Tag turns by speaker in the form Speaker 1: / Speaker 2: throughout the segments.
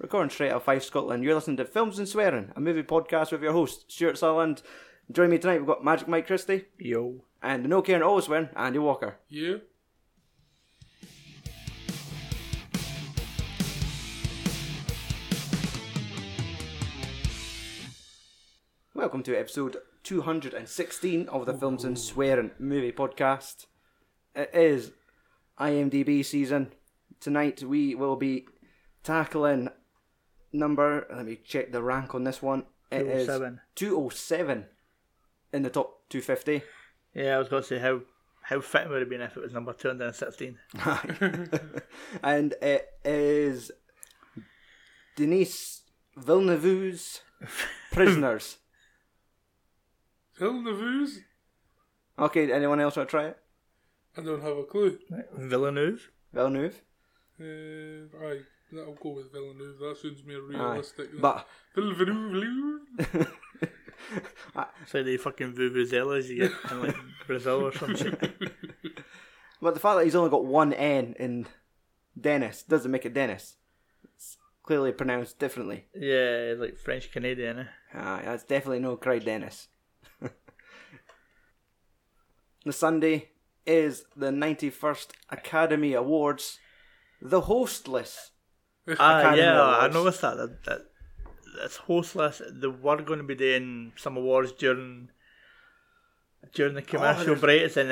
Speaker 1: McCorn, straight out of Five Scotland. You're listening to Films and Swearing, a movie podcast with your host, Stuart Sutherland. Join me tonight, we've got Magic Mike Christie
Speaker 2: Yo.
Speaker 1: and the No Care and Always Swearing, Andy Walker.
Speaker 3: You?
Speaker 1: Welcome to episode 216 of the Films and Swearing movie podcast. It is IMDb season. Tonight we will be tackling number, let me check the rank on this one. It is
Speaker 2: 207.
Speaker 1: 207 in the top 250.
Speaker 2: Yeah, I was going to say how how fit it would have been if it was number 216.
Speaker 1: and it is Denise Villeneuve's Prisoners.
Speaker 3: Villeneuve's?
Speaker 1: Okay, anyone else want to try it?
Speaker 3: I don't have a clue.
Speaker 2: Villeneuve.
Speaker 1: Villeneuve?
Speaker 3: Uh, aye, that'll go with Villeneuve. That sounds more
Speaker 1: Aye.
Speaker 3: realistic. than
Speaker 1: But
Speaker 3: Villeneuve.
Speaker 2: So the fucking vuvuzelas you get in like Brazil or some shit.
Speaker 1: But the fact that he's only got one N in Dennis doesn't make it Dennis. It's clearly pronounced differently.
Speaker 2: Yeah, like French Canadian. Eh?
Speaker 1: Ah, that's definitely no cry Dennis. the Sunday is the 91st Academy Awards. The hostless.
Speaker 2: Ah,
Speaker 1: Academy
Speaker 2: yeah, I
Speaker 1: Awards.
Speaker 2: noticed that. That, that that's hostless. They were going to be doing some awards during during the commercial
Speaker 3: Oh, there's-
Speaker 2: breaks, and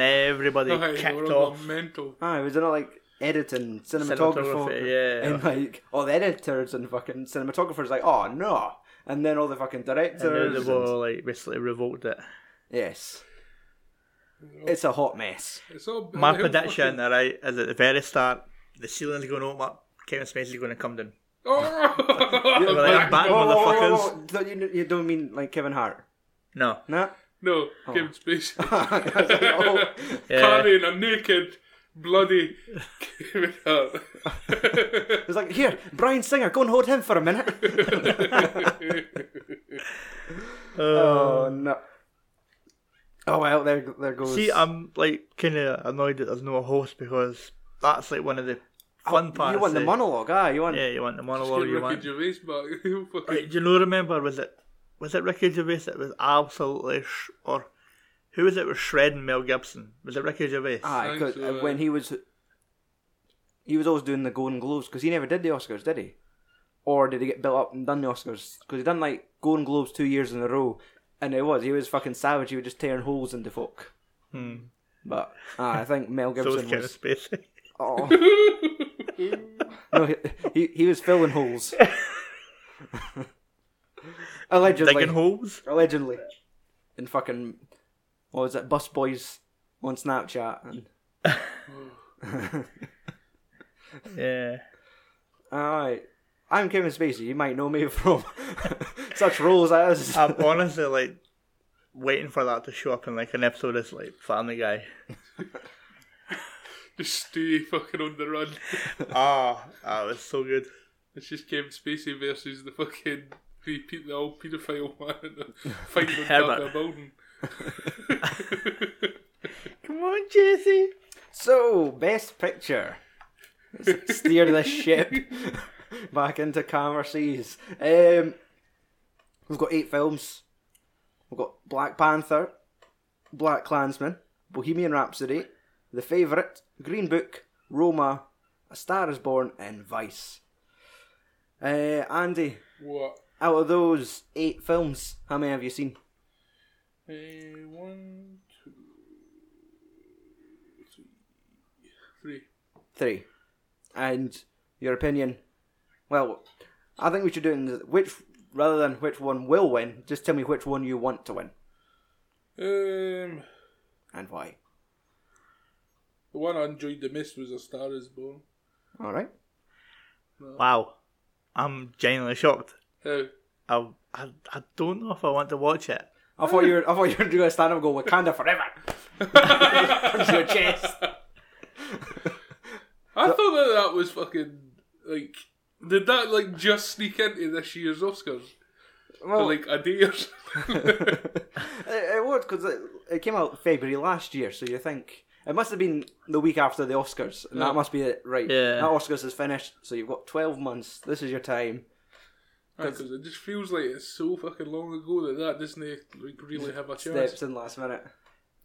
Speaker 2: everybody
Speaker 3: Aye, they
Speaker 2: kicked
Speaker 3: were on
Speaker 2: off.
Speaker 3: the mental.
Speaker 1: Ah, was it not like editing, cinematographer,
Speaker 2: Cinematography, yeah.
Speaker 1: and like all the editors and fucking cinematographers like, oh no, and then all the fucking
Speaker 2: And now
Speaker 1: directors.
Speaker 2: they
Speaker 1: and-
Speaker 2: were like basically revoked it.
Speaker 1: yes, it's a hot mess.
Speaker 3: It's all
Speaker 2: My
Speaker 3: it'll
Speaker 2: prediction,
Speaker 3: fucking-
Speaker 2: right, is at the very start, the ceiling's going to open up, Kevin Spacey's going to come down.
Speaker 3: Oh!
Speaker 2: We're like, bad motherfuckers.
Speaker 1: Don't you, you don't mean like Kevin Hart?
Speaker 2: No.
Speaker 1: No.
Speaker 3: no, Kevin Spacey.
Speaker 1: Oh.
Speaker 3: Carrying a naked, bloody Kevin Hart.
Speaker 1: It's like here, Brian Singer, go and hold him for a minute. oh no. Oh well, there there goes.
Speaker 2: See, I'm like kind of annoyed that there's no host because that's like one of the fun parts.
Speaker 1: Oh, you want the
Speaker 2: eh?
Speaker 1: monologue, ah? You want?
Speaker 2: Yeah, you want the monologue.
Speaker 3: Get
Speaker 2: You
Speaker 3: Ricky
Speaker 2: want.
Speaker 3: Gervais back. He'll fucking
Speaker 2: Right, do you know? Remember, was it was it Ricky Gervais that was absolutely sh- or who was it was shredding Mel Gibson? Was it Ricky Gervais?
Speaker 1: Aye, 'cause,
Speaker 3: Thanks,
Speaker 1: uh,
Speaker 3: uh,
Speaker 1: when he was, he was always doing the Golden Globes because he never did the Oscars, did he? Or did he get built up and done the Oscars? Because he done like Golden Globes two years in a row, and it was he was fucking savage. He was just tearing holes into folk. But ah, I think Mel
Speaker 2: Hmm. so was
Speaker 1: Gibson
Speaker 2: Kevin
Speaker 1: was.
Speaker 2: Spacey.
Speaker 1: Oh. no, he, he he was filling holes. allegedly,
Speaker 2: Digging holes.
Speaker 1: allegedly, in fucking what was it? Busboys on Snapchat and.
Speaker 2: Yeah.
Speaker 1: Alright. I'm Kevin Spacey. You might know me from such roles as.
Speaker 2: I'm honestly like waiting for that to show up in like an episode of like Family Guy.
Speaker 3: just stay fucking on the run.
Speaker 2: Ah, that was so good.
Speaker 3: It's just Kevin Spacey versus the fucking the, pe- the old paedophile man in the fight on top of
Speaker 2: Herbert.
Speaker 3: the building.
Speaker 2: Come on, Jesse.
Speaker 1: So, best picture. Let's steer this ship back into calmer seas. Um, we've got eight films. We've got Black Panther, Black Klansman, Bohemian Rhapsody, The Favourite, Green Book, Roma, A Star is Born, and Vice. Uh, Andy,
Speaker 3: What?
Speaker 1: out of those eight films, how many have you seen?
Speaker 3: Uh, one, two, three, three.
Speaker 1: three, and your opinion. Well, I think we should do it in the- which rather than which one will win. Just tell me which one you want to win
Speaker 3: Um,
Speaker 1: and why.
Speaker 3: the one I enjoyed the most was A Star Is Born.
Speaker 1: All right.
Speaker 2: Wow, I'm genuinely shocked.
Speaker 3: How?
Speaker 2: I, I, I don't know if I want to watch it.
Speaker 1: I thought you were. I thought you were going to stand up and go Wakanda forever. Punch your chest.
Speaker 3: I thought that that was fucking like. Did that like just sneak into this year's Oscars for
Speaker 1: Well,
Speaker 3: like a day or something?
Speaker 1: it, it was because it, it came out February last year, so you think it must have been the week after the Oscars, and that must be it, right?
Speaker 2: Yeah.
Speaker 1: That Oscars is finished, so you've got twelve months. This is your time.
Speaker 3: because it just feels like it's so fucking long ago that that doesn't eh, like, really have a chance.
Speaker 1: Steps in last minute.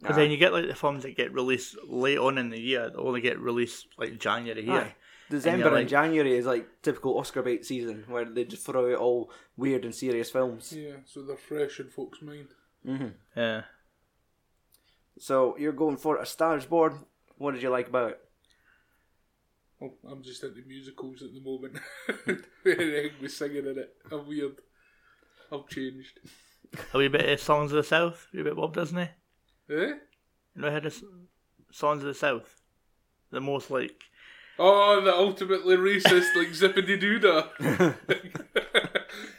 Speaker 2: But then you get like the films that get released late on in the year that only get released like January here.
Speaker 1: Aye. December and,
Speaker 2: like-
Speaker 1: January is like typical Oscar bait season where they just throw out all weird and serious films.
Speaker 3: Yeah, so they're fresh in folks' mind.
Speaker 2: Yeah.
Speaker 1: So you're going for a Stars Born. What did you like about it?
Speaker 3: Well, Oh, I'm just into musicals at the moment. Anything with singing in it, I'm weird. I've changed.
Speaker 2: A wee bit of Songs of the South, a wee bit of Bob Disney.
Speaker 3: Eh?
Speaker 2: You know how the s- Songs of the South? The most like
Speaker 3: Oh, the ultimately racist, like zippity doodah.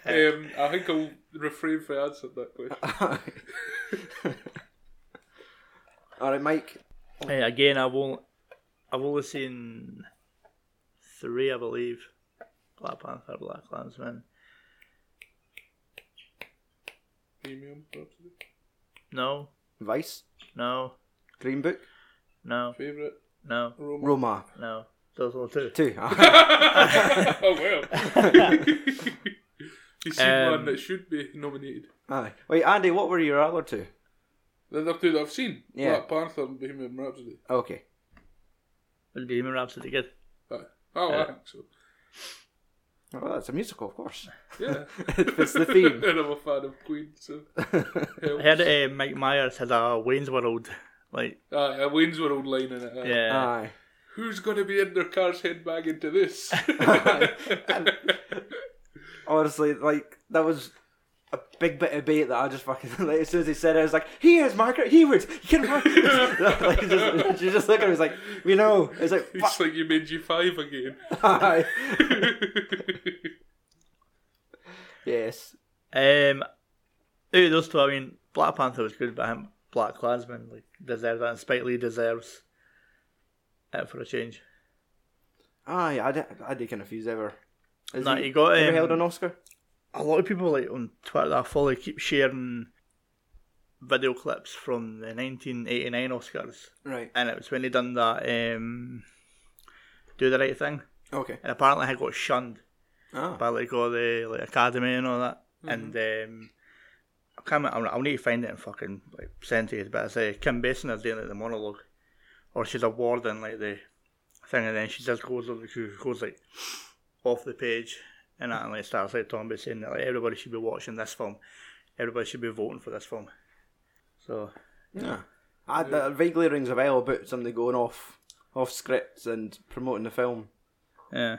Speaker 3: um, I think I'll refrain from answering that question.
Speaker 1: All right, Mike.
Speaker 2: eh, again I've only I've only seen three I believe. Black Panther, Black Klansman.
Speaker 3: Premium, Rhapsody.
Speaker 2: No,
Speaker 1: Vice.
Speaker 2: no,
Speaker 1: Green Book.
Speaker 2: no,
Speaker 3: Favourite?
Speaker 2: no,
Speaker 3: Roma.
Speaker 1: Roma.
Speaker 2: no. Those are the two.
Speaker 1: Two. Aye.
Speaker 3: oh, well. you see
Speaker 2: Um,
Speaker 3: one that should be nominated.
Speaker 1: Aye. Wait, Andy, what were your other two?
Speaker 3: The other two that I've seen
Speaker 1: Yeah.
Speaker 3: Black Panther and Bohemian Rhapsody.
Speaker 1: Okay.
Speaker 2: Would Bohemian Rhapsody good?
Speaker 3: Aye. Oh, I
Speaker 2: Yeah.
Speaker 3: think so.
Speaker 1: Well, that's a musical, of course.
Speaker 3: Yeah.
Speaker 1: It's the theme.
Speaker 3: and I'm a fan of Queen, so.
Speaker 2: I heard uh, Mike Myers has a Wayne's World like
Speaker 3: Aye, a Wayne's World line in it. aye.
Speaker 2: yeah.
Speaker 1: Aye.
Speaker 3: Who's going to be in their car's headbanging to this?
Speaker 1: Honestly, like that was a big bit of bait that I just fucking like. As soon as he said it, I was like, "Here's Margaret Heward. You can have this." like, he just, she just looked at me. was like, "We know." It's like,
Speaker 3: it's
Speaker 1: "Fuck."
Speaker 3: like you made G5 again.
Speaker 1: Aye. yes.
Speaker 2: Um, out of those two, I mean, Black Panther was good, but I think Black Klansman like deserved that, and Spike Lee deserves it for a change.
Speaker 1: Aye, I did. I did confuse ever. Is
Speaker 2: Nah, he got,
Speaker 1: ever
Speaker 2: um,
Speaker 1: held an Oscar.
Speaker 2: A lot of people like on Twitter that I follow keep sharing video clips from the 1989 Oscars,
Speaker 1: Right.
Speaker 2: and it was when they done that um, do the right thing,
Speaker 1: Okay.
Speaker 2: and apparently I got shunned
Speaker 1: Ah.
Speaker 2: by like all the like academy and all that. And um, I can't. remember- I'll, I'll need to find it and fucking like send to you. But I say Kim Basinger doing like the monologue, or she's awarding like the thing, and then she just goes over, she goes like off the page, and that, and like starts like talking about saying that like everybody should be watching this film, everybody should be voting for this film. So
Speaker 1: Yeah. I, that vaguely rings a bell about somebody going off off scripts and promoting the film.
Speaker 2: yeah,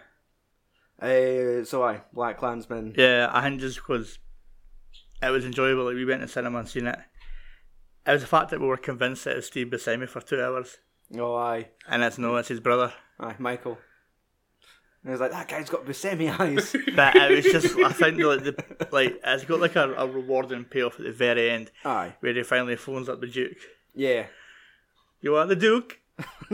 Speaker 1: Uh, so aye, Black Klansman.
Speaker 2: yeah. I think just because it was enjoyable, like we went to cinema and seen it. It was the fact that we were convinced that it was Steve Buscemi for two hours.
Speaker 1: Oh aye.
Speaker 2: And that's no, it's his brother.
Speaker 1: Aye, Michael. And he's like, that guy's got Buscemi eyes.
Speaker 2: But it was just, I think, like, the, like it's got like a, a rewarding payoff at the very end
Speaker 1: aye.
Speaker 2: where he finally phones up the Duke.
Speaker 1: Yeah.
Speaker 2: You are the Duke?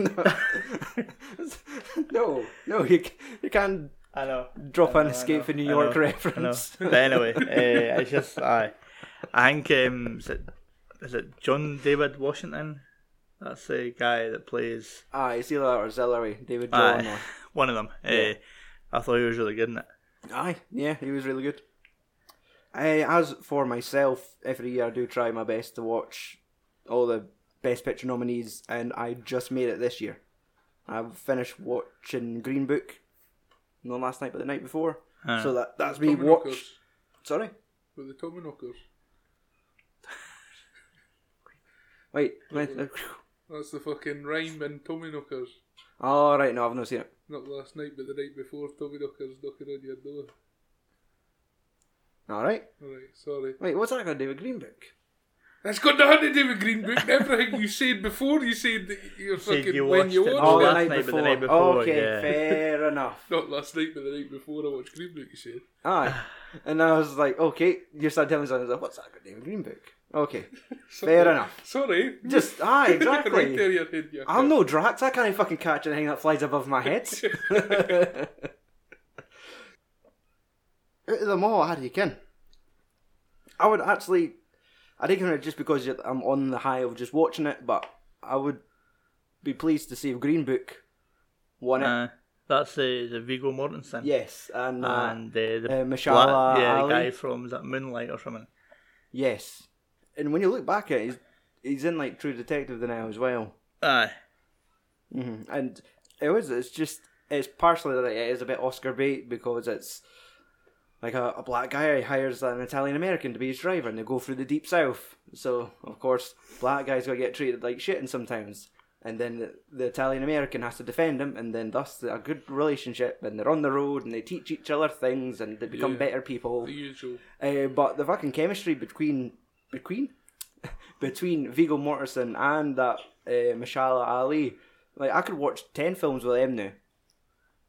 Speaker 1: no, no, you, c- you can't
Speaker 2: I know.
Speaker 1: drop an
Speaker 2: know, I
Speaker 1: Escape
Speaker 2: know,
Speaker 1: from New
Speaker 2: I
Speaker 1: York
Speaker 2: know, I know.
Speaker 1: reference.
Speaker 2: But anyway, uh, it's just, I, I think, um, is, it, is it John David Washington? That's the guy that plays
Speaker 1: Aye, it's either that or Zillery, David John.
Speaker 2: Aye.
Speaker 1: Aye.
Speaker 2: one of them.
Speaker 1: Yeah.
Speaker 2: Uh, I thought he was really good in it.
Speaker 1: aye, yeah, he was really good. Uh, as for myself, every year I do try my best to watch all the Best Picture nominees, and I just made it this year. I've finished watching Green Book, not last night, but the night before.
Speaker 2: Aye.
Speaker 1: So that that's me
Speaker 3: Tommy
Speaker 1: watch.
Speaker 3: Knockers.
Speaker 1: Sorry.
Speaker 3: With the Tommy Knockers.
Speaker 1: Wait. wait
Speaker 3: That's the fucking rhyme in Tommy Knockers.
Speaker 1: All right. No, I've not seen it.
Speaker 3: Not last night, but the night before, Tommy Knockers knocking on your door.
Speaker 1: All right.
Speaker 3: Alright, sorry.
Speaker 1: Wait. What's that got to do with Green Book?
Speaker 3: That's got nothing to do with Green Book. Everything you said before, you said that you're
Speaker 2: said
Speaker 3: fucking
Speaker 2: you
Speaker 3: when you
Speaker 2: watched it.
Speaker 3: watched
Speaker 2: Oh,
Speaker 3: it.
Speaker 2: last night, but the night before,
Speaker 1: Okay.
Speaker 2: yeah.
Speaker 1: Fair enough.
Speaker 3: Not last night, but the night before I watched Green Book, you said.
Speaker 1: Aye. And I was like, okay. You started telling me something. I was like, what's that got to do with Green Book? Okay. Fair enough.
Speaker 3: Sorry.
Speaker 1: Just aye.
Speaker 3: right there,
Speaker 1: Exactly.
Speaker 3: your head, you
Speaker 1: I'm no Drax. I can't even fucking catch anything that flies above my head. Out of them all, how do you can? I would actually. I think it just because you- I'm on the high of just watching it, but I would be pleased to see if Green Book won it.
Speaker 2: Uh, That's the the Viggo Mortensen.
Speaker 1: Yes, and, uh,
Speaker 2: And uh, the
Speaker 1: uh, Mashallah
Speaker 2: black- yeah,
Speaker 1: Ali.
Speaker 2: the guy from is that Moonlight or something.
Speaker 1: yes, and when you look back at it, he's, he's in like True Detective now as well.
Speaker 2: Aye,
Speaker 1: hmm And it was. It's just. It's partially that it is a bit Oscar bait because it's like a, a black guy hires an Italian American to be his driver, and they go through the deep south. So of course, black guy's gonna get treated like shit in some towns, and then the, the Italian American has to defend him, and then thus a good relationship, and they're on the road, and they teach each other things, and they become
Speaker 3: Yeah.
Speaker 1: better people.
Speaker 3: The usual.
Speaker 1: Uh, but the fucking chemistry between between between Viggo Mortensen and that uh, Mashallah Ali, like I could watch ten films with them now.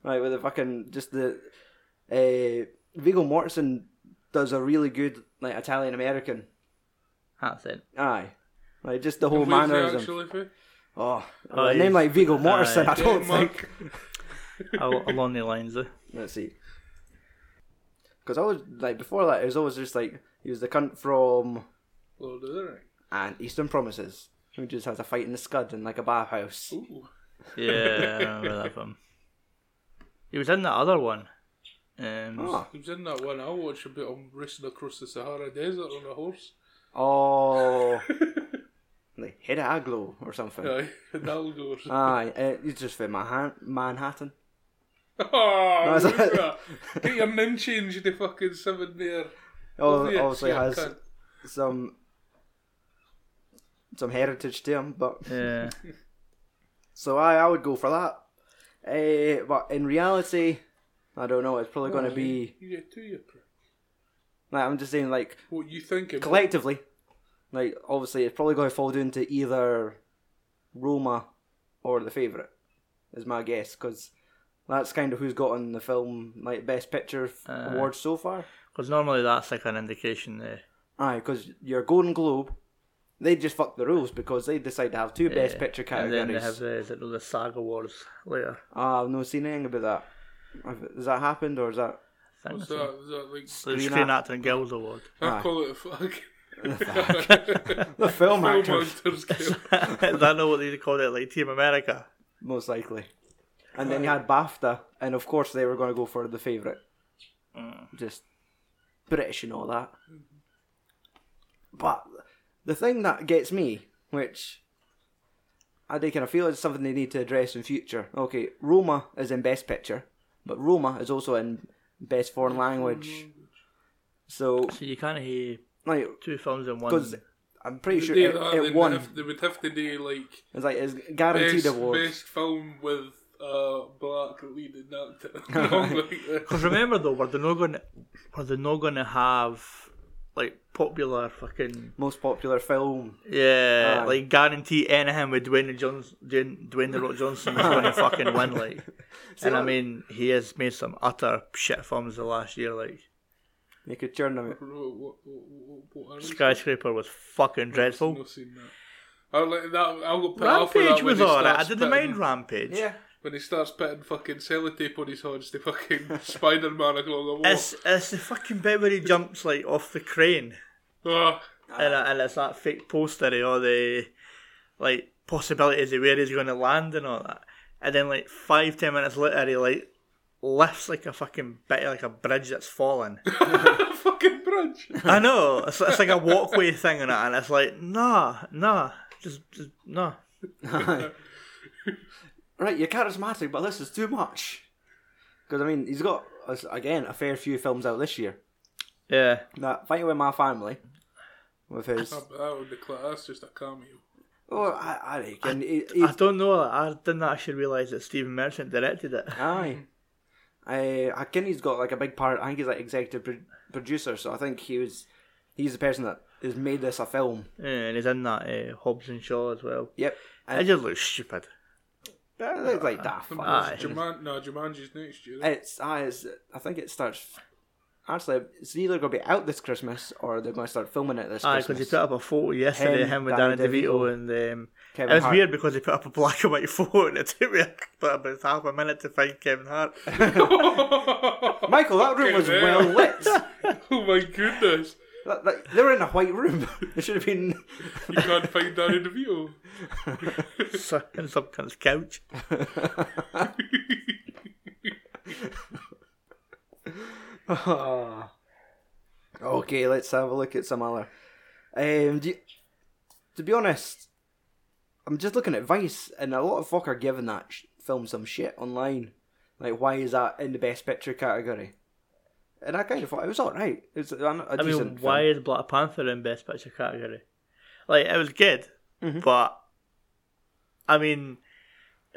Speaker 1: Right, with the fucking just the uh, Viggo Mortensen does a really good like Italian American.
Speaker 2: that's it.
Speaker 1: Aye. Like just the whole
Speaker 3: Where's it
Speaker 1: mannerism.
Speaker 3: actually for?
Speaker 1: Oh,
Speaker 2: Oh,
Speaker 1: a name
Speaker 2: he's-
Speaker 1: like Viggo Mortensen, I
Speaker 2: aye.
Speaker 1: don't think.
Speaker 3: Denmark.
Speaker 2: Al- Along the lines there.
Speaker 1: Let's see. Because I was like before that, it was always just like he was the cunt from
Speaker 3: Lord of the Rings.
Speaker 1: and Eastern Promises, who just has a fight in the scud in like a bathhouse.
Speaker 3: Ooh.
Speaker 2: Yeah, I remember that film. He was in that other one. Um,
Speaker 1: Oh,
Speaker 3: He was in that one I watched about him racing across the Sahara Desert on a horse.
Speaker 1: oh. like hit a glow or something.
Speaker 3: Aye, Hidalgo.
Speaker 1: Aye, uh, it's just for Manha- Manhattan.
Speaker 3: Oh,
Speaker 1: Uh, that's-
Speaker 3: Luca, get your name changed, the fucking seven there.
Speaker 1: Oh,
Speaker 3: Over here,
Speaker 1: obviously
Speaker 3: you
Speaker 1: has
Speaker 3: cunt.
Speaker 1: some some heritage to him, but
Speaker 2: Yeah.
Speaker 1: so I I would go for that. Uh, but in reality, I don't know. It's probably going to be.
Speaker 3: You get two, you prick.
Speaker 1: Like, I'm just saying, like
Speaker 3: What you thinking?
Speaker 1: collectively, like obviously it's probably going to fall down to either Roma or the favourite, is my guess, because that's kind of who's gotten the film like best picture f
Speaker 2: Uh.
Speaker 1: award so far.
Speaker 2: Because normally that's like an indication uh, that
Speaker 1: Aye, because your Golden Globe, they just fucked the rules because they decide to have two best picture
Speaker 2: And then they have
Speaker 1: categories.
Speaker 2: the, is it the SAG Awards later.
Speaker 1: Ah, I've not seen anything about that. Have- Has that happened or is that
Speaker 2: I think
Speaker 3: What's
Speaker 2: so.
Speaker 3: that? Is that like
Speaker 2: The
Speaker 1: Screen
Speaker 2: Screen, Actor and Guild Award.
Speaker 3: I
Speaker 1: Aye.
Speaker 3: call it a fuck.
Speaker 1: the film
Speaker 3: Film
Speaker 1: actors
Speaker 3: actors get-
Speaker 2: I don't know what they call it, like Team America.
Speaker 1: most likely? And then you had BAFTA, and of course they were going to go for the favourite. just British and all that. But the thing that gets me, which I do kind of feel is something they need to address in future. Okay, Roma is in Best Picture, but Roma is also in Best Foreign Language. So,
Speaker 2: So you can't hear
Speaker 1: like,
Speaker 2: two films in one.
Speaker 1: because I'm pretty sure
Speaker 3: They-
Speaker 1: it,
Speaker 3: uh,
Speaker 1: it
Speaker 3: they'd
Speaker 1: won.
Speaker 3: have- they would have to do like
Speaker 1: It's like it's guaranteed
Speaker 3: best,
Speaker 1: awards.
Speaker 3: best film with uh, black leading actor. Along like that.
Speaker 2: Because remember though, were they not going? Were they not going to have like popular fucking
Speaker 1: Most popular film.
Speaker 2: yeah?
Speaker 1: Aye.
Speaker 2: Like guarantee anything with Dwayne Johnson, Dwayne, Dwayne the Rock Johnson is going to fucking win. Like, and I
Speaker 1: that-
Speaker 2: mean, he has made some utter shit films the last year. Like,
Speaker 1: They could turn them.
Speaker 3: What- what- what- what are these?
Speaker 2: Skyscraper was fucking dreadful.
Speaker 3: Not seen that. I like that. I got put off with
Speaker 2: Rampage
Speaker 3: that when
Speaker 2: was
Speaker 3: he
Speaker 2: alright. I
Speaker 3: starts
Speaker 2: didn't
Speaker 3: pitting-
Speaker 2: mind Rampage.
Speaker 1: Yeah.
Speaker 3: When he starts pitting fucking sellotape on his hands to fucking Spider Man along the wall.
Speaker 2: It's it's the fucking bit where he jumps like off the crane.
Speaker 3: Ah,
Speaker 2: and, and it's that fake poster of all the like possibilities of where he's going to land and all that. And then like five ten minutes later, he like lifts like a fucking bit like a bridge that's fallen.
Speaker 3: fucking bridge.
Speaker 2: I know it's, it's like a walkway thing and that, and it's like nah, nah, just just nah.
Speaker 1: right, you're charismatic, but this is too much. Because I mean, he's got as- again a fair few films out this year.
Speaker 2: Yeah,
Speaker 1: That fight with my family, with his.
Speaker 3: Ah, but that would be class. That's just a cameo.
Speaker 1: Oh, I, I reckon he, he,
Speaker 2: I don't know. I didn't actually realise that Stephen Merchant directed it.
Speaker 1: aye. I, I think he's got like a big part. I think he's like executive pro- producer, so I think he was. He's the person that has made this a film.
Speaker 2: Yeah, Eh, and he's in that uh, Hobbs and Shaw as well.
Speaker 1: Yep.
Speaker 2: It just looks stupid.
Speaker 1: It looks like daft.
Speaker 3: Um,
Speaker 1: Fuck.
Speaker 2: Aye.
Speaker 3: it's Juman- no, Jumanji's next year.
Speaker 1: It's, aye, it's I think it starts. Actually, it's either going to be out this Christmas or they're going to start filming it this
Speaker 2: Aye, because he
Speaker 1: Christmas.
Speaker 2: put up a photo yesterday,
Speaker 1: Him,
Speaker 2: him, with
Speaker 1: Danny
Speaker 2: Danny, DeVito, and um,
Speaker 1: Kevin
Speaker 2: it was
Speaker 1: Hart.
Speaker 2: weird because he put up a black and white photo, and it took me about, about half a minute to find Kevin Hart.
Speaker 1: Michael, that room was
Speaker 3: Fucking
Speaker 1: well
Speaker 3: hell.
Speaker 1: lit.
Speaker 3: oh my goodness.
Speaker 1: Like, like, they were in a white room. It should have been.
Speaker 3: You can't find Danny DeVito.
Speaker 2: So- on some kind of couch.
Speaker 1: okay, let's have a look at some other. Um, do you- to be honest, I'm just looking at Vice, and a lot of folk are giving that sh- film some shit online. Like, why is that in the best picture category? And I kind of thought it was all right. It's a, a
Speaker 2: I mean,
Speaker 1: decent
Speaker 2: why
Speaker 1: film.
Speaker 2: is Black Panther in Best Picture category? Like, it was good,
Speaker 1: Mm-hmm.
Speaker 2: but I mean,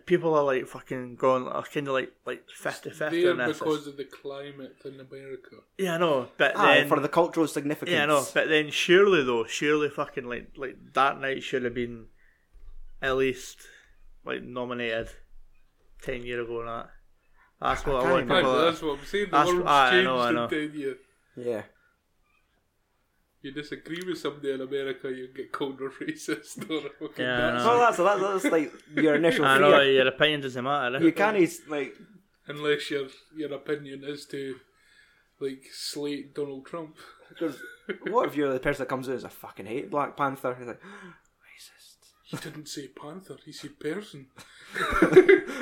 Speaker 2: people are like fucking going, are kind of like like fifty fifty
Speaker 3: There
Speaker 2: on this.
Speaker 3: because of the climate in America.
Speaker 2: Yeah, I know, but
Speaker 1: Aye,
Speaker 2: then
Speaker 1: for the cultural significance.
Speaker 2: yeah, I know, but then surely though, surely fucking like like Dark Knight should have been at least like nominated ten year ago. and that that's what I,
Speaker 1: can't
Speaker 2: want
Speaker 1: Yeah,
Speaker 3: Aye,
Speaker 2: people.
Speaker 3: but
Speaker 2: That,
Speaker 3: that's what I'm saying. The
Speaker 2: that's-
Speaker 3: world's
Speaker 2: aye, I
Speaker 3: changed
Speaker 2: know, I know.
Speaker 3: in 10 years.
Speaker 1: Yeah.
Speaker 3: You disagree with somebody in America, you get called a racist or a fucking
Speaker 2: Yeah, I
Speaker 3: Nazi.
Speaker 2: know.
Speaker 1: So that's, that's that's like your initial
Speaker 2: I know
Speaker 1: fear.
Speaker 2: your opinion doesn't matter. eh?
Speaker 1: You can't is- like
Speaker 3: unless your your opinion is to like slate Donald Trump.
Speaker 1: Because what if you're the person that comes in as a fucking hate Black Panther? He's like, racist.
Speaker 3: He didn't say panther. He said person.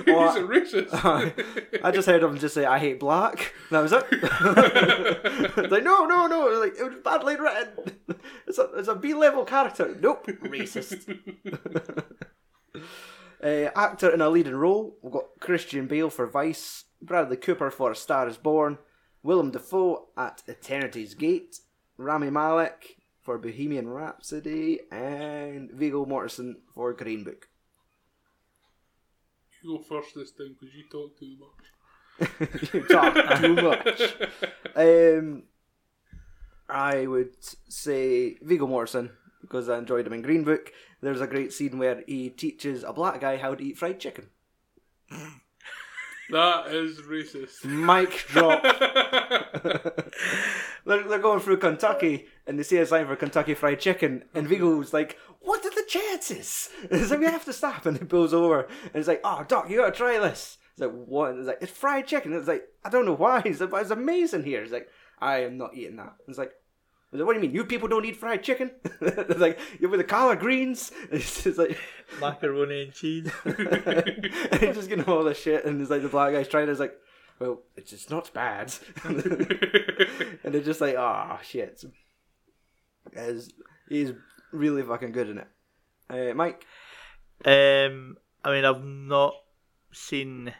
Speaker 1: Well,
Speaker 3: He's a racist.
Speaker 2: uh,
Speaker 1: I just heard him just say, I hate black. That was it. it's like, no, no, no. It was, like, it was badly written. It's a, it's a B level character. Nope. Racist. uh, actor in a leading role. We've got Christian Bale for Vice, Bradley Cooper for A Star is Born, Willem Dafoe at Eternity's Gate, Rami Malek for Bohemian Rhapsody, and Viggo Mortensen for Green Book.
Speaker 3: you go first this time because you talk too much.
Speaker 1: you talk too much. Um, I would say Viggo Morrison because I enjoyed him in Green Book. There's a great scene where he teaches a black guy how to eat fried chicken.
Speaker 3: That is racist.
Speaker 1: Mic drop. they're, they're going through Kentucky and they see a sign for Kentucky Fried Chicken, and Viggo's like, "What are the chances?" It's like we have to stop, and he pulls over and he's like, "Oh, doc, you gotta try this." It's like, "What?" And he's like, "It's fried chicken." And it's like, "I don't know why." He's like, "But it's amazing here." He's like, "I am not eating that." It's like. he's like, What do you mean? You people don't eat fried chicken? It's like you're with the collard greens. It's just like
Speaker 2: macaroni and cheese.
Speaker 1: and he's just getting all this shit, and it's like the black guy's trying. It's like, well, it's just not bad, and they're just like, ah, shit. As he's really fucking good in it. Uh, Mike,
Speaker 2: Um, I mean, I've not seen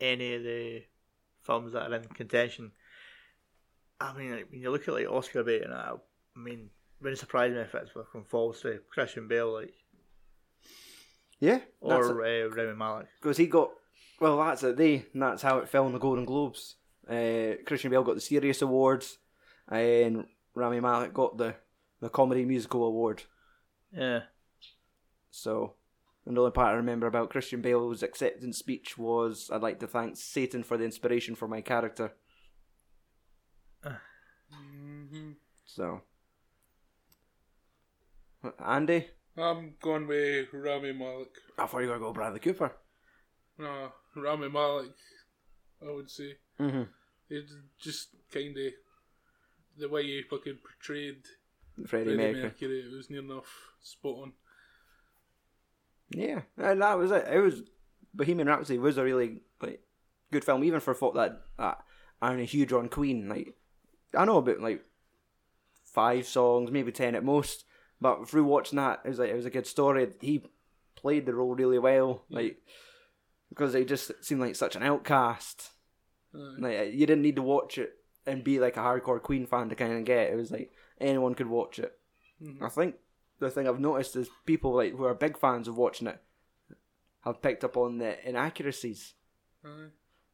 Speaker 2: any of the films that are in contention. I mean, like, when you look at like Oscar bait and that, I mean, it wouldn't surprise me if it's fucking falls to Christian Bale, like
Speaker 1: yeah,
Speaker 2: or uh, Rami Malek.
Speaker 1: because he got well. That's it. They and that's how it fell in the Golden Globes. Uh, Christian Bale got the Serious Awards, and Rami Malek got the the Comedy Musical Award.
Speaker 2: Yeah,
Speaker 1: So, and the only part I remember about Christian Bale's acceptance speech was, "I'd like to thank Satan for the inspiration for my character."
Speaker 3: Mhm.
Speaker 1: So, Andy,
Speaker 3: I'm going with Rami Malek.
Speaker 1: I thought you were gonna go Bradley Cooper.
Speaker 3: Nah, Rami Malek. I would say.
Speaker 1: Mm-hmm.
Speaker 3: It's just kind of the way he fucking portrayed
Speaker 1: Freddie
Speaker 3: Freddie
Speaker 1: Mercury.
Speaker 3: Mercury. It was near enough spot on.
Speaker 1: Yeah, and that was it. It was Bohemian Rhapsody was a really like good film, even for folk that that aren't a huge on Queen. Like I know about like five songs, maybe ten at most, but through watching that, it was like it was a good story. He played the role really well, like because he just seemed like such an outcast.
Speaker 3: Aye.
Speaker 1: Like uh, you didn't need to watch it and be like a hardcore Queen fan to kind of get it. It was like anyone could watch it. I think the thing I've noticed is people like who are big fans of watching it have picked up on the inaccuracies.
Speaker 3: Aye.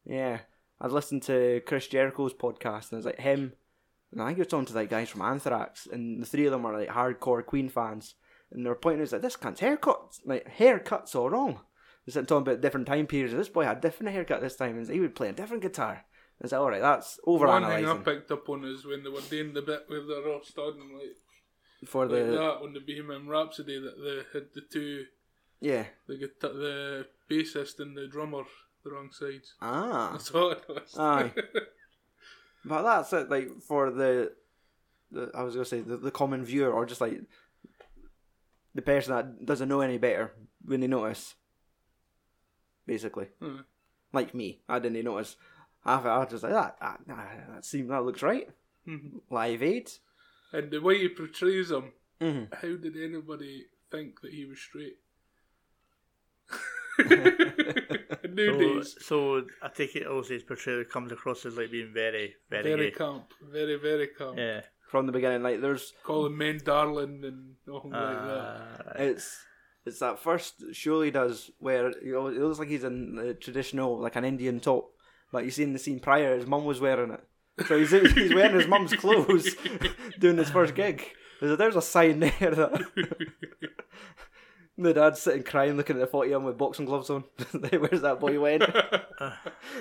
Speaker 1: Yeah, I've listened to Chris Jericho's podcast and it's like him. And I think it's on to like guys from Anthrax, and the three of them are like hardcore Queen fans, and they're pointing out that this cunt's haircut, like haircuts, all wrong. They're sitting talking about different time periods. This boy had a different haircut this time, and he would play a different guitar. It's like, all right, that's
Speaker 3: One thing I
Speaker 1: overanalyzing
Speaker 3: picked up on is when they were doing the bit where they're all starting like,
Speaker 1: for
Speaker 3: like
Speaker 1: the
Speaker 3: that on the Bohemian Rhapsody that they had the two
Speaker 1: yeah.
Speaker 3: the guitar, the bassist and the drummer the wrong sides.
Speaker 1: Ah,
Speaker 3: That's all it was.
Speaker 1: Aye. but that's it, like for the, the I was gonna say the, the common viewer or just like the person that doesn't know any better when they notice. Basically.
Speaker 3: Aye.
Speaker 1: Like me, I didn't notice. Half I was just like that. That, that, that seems that looks right.
Speaker 3: Mhm.
Speaker 1: Live Aid.
Speaker 3: And the way he portrays him,
Speaker 1: Mm-hmm.
Speaker 3: how did anybody think that he was straight?
Speaker 2: So,
Speaker 3: Nowadays,
Speaker 2: so I take it also his portrayal comes across as like being very, very,
Speaker 3: very
Speaker 2: gay.
Speaker 3: camp, very very camp.
Speaker 2: yeah.
Speaker 1: From the beginning, like there's
Speaker 3: Calling men darling and all like that.
Speaker 2: Uh,
Speaker 1: it's it's that first show he does where you know, it looks like he's in the traditional like an Indian top, but you see in the scene prior his mum was wearing it, so he's he's wearing his mum's clothes doing his first gig. There's a, there's a sign there that the dad's sitting crying looking at the forty on with boxing gloves on. Where's that boy went?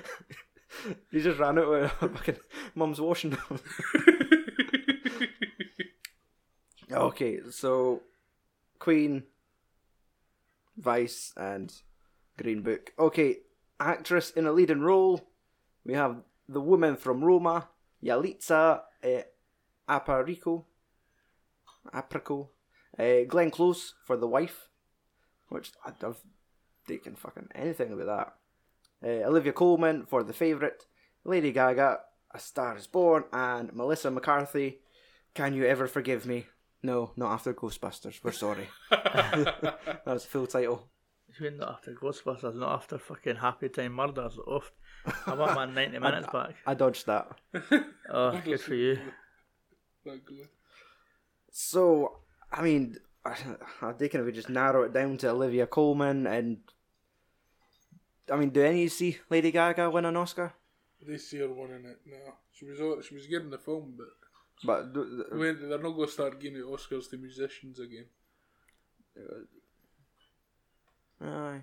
Speaker 1: he just ran out with fucking mum's washing. Okay, so Queen, Vice, and Green Book. Okay, actress in a leading role. We have the woman from Roma, Yalitza eh, Aparico, Aprico, eh, Glenn Close for the wife, which I- I've taken fucking anything about that. Eh, Olivia Coleman for the favourite, Lady Gaga, A Star Is Born, and Melissa McCarthy. Can you ever forgive me? No, not after Ghostbusters. We're sorry. that was the full title.
Speaker 2: Even not after Ghostbusters, not after fucking Happy Time Murders. Off. I want my 90 minutes back.
Speaker 1: I dodged that.
Speaker 2: Oh, good for you.
Speaker 3: Not good.
Speaker 1: So, I mean, I, I think if we just narrow it down to Olivia Coleman and. I mean, do any of you see Lady Gaga win an Oscar?
Speaker 3: They see her winning it now. She was all, she was getting the film, but
Speaker 1: But th- th-
Speaker 3: when they're not gonna start giving out Oscars to musicians again.
Speaker 1: aye.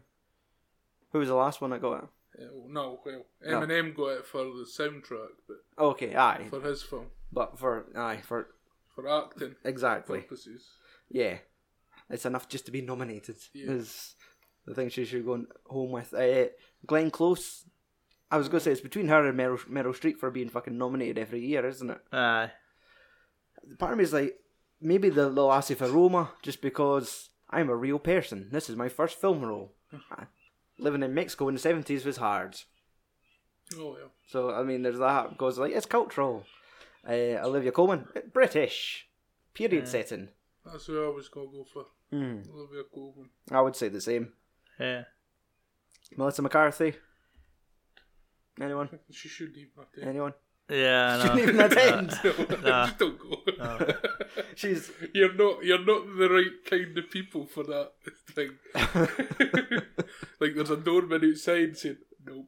Speaker 1: who was the last one that got it?
Speaker 3: Uh, no, well, Eminem got it for the soundtrack, but
Speaker 1: Okay, aye,
Speaker 3: for his film,
Speaker 1: but for aye for
Speaker 3: for acting
Speaker 1: exactly,
Speaker 3: purposes.
Speaker 1: yeah, it's enough just to be nominated.
Speaker 3: Yeah.
Speaker 1: Is the thing she should go home with. Uh, Glenn Close. I was gonna say it's between her and Meryl, Meryl Streep for being fucking nominated every year, isn't it?
Speaker 2: Aye.
Speaker 1: part of me is like, maybe the, the lassie for Roma, just because I'm a real person. This is my first film role. I- Living in Mexico in the 70s was hard.
Speaker 3: Oh well,
Speaker 1: So, I mean, there's that, because, like, it's cultural. Uh, Olivia Coleman, British. Period setting.
Speaker 3: that's who I was gonna go for.
Speaker 1: Mm.
Speaker 3: Olivia Colman.
Speaker 1: I would say the same.
Speaker 2: Yeah.
Speaker 1: Melissa McCarthy. Anyone?
Speaker 3: She shouldn't even have taken.
Speaker 1: Anyone?
Speaker 2: Yeah, I
Speaker 1: Shouldn't
Speaker 2: know.
Speaker 1: even attend.
Speaker 3: No,
Speaker 2: Nah.
Speaker 3: just don't go.
Speaker 1: She's
Speaker 3: You're not you're not the right kind of people for that thing. like there's a doorman outside saying nope.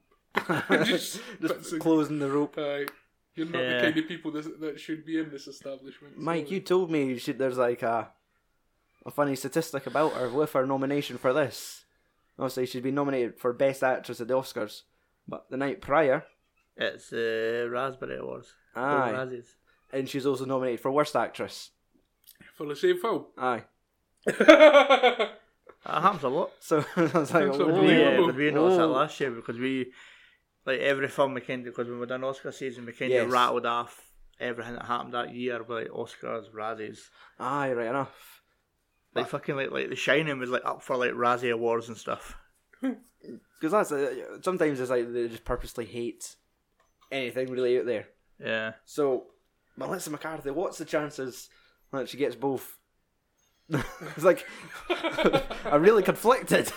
Speaker 3: just that's
Speaker 1: just closing the rope.
Speaker 3: you're not
Speaker 2: Yeah.
Speaker 3: the kind of people that, that should be in this establishment.
Speaker 1: Mike,
Speaker 3: so-
Speaker 1: you told me she, there's like a a funny statistic about her with her nomination for this. Obviously, she'd been nominated for Best Actress at the Oscars, but the night prior,
Speaker 2: It's uh, Raspberry Awards.
Speaker 1: Aye.
Speaker 2: Or Razzies.
Speaker 1: and she's also nominated for Worst Actress.
Speaker 3: for the same film.
Speaker 1: Aye.
Speaker 2: That happens a lot.
Speaker 1: So I was like,
Speaker 3: Sounds so
Speaker 1: "Whoa."
Speaker 3: weird.
Speaker 2: Uh, Yeah,
Speaker 3: Whoa.
Speaker 2: but we noticed that
Speaker 1: Whoa.
Speaker 2: last year because we, like every film we kind of, because when we done Oscar season, we kind of
Speaker 1: Yes.
Speaker 2: rattled off everything that happened that year, with, like Oscars, Razzies.
Speaker 1: aye, right enough.
Speaker 2: Like fucking like like The Shining was like up for like Razzie Awards and stuff.
Speaker 1: Because that's uh, sometimes it's like they just purposely hate anything really out there.
Speaker 2: Yeah.
Speaker 1: So Melissa McCarthy, what's the chances that she gets both? it's like I'm really conflicted.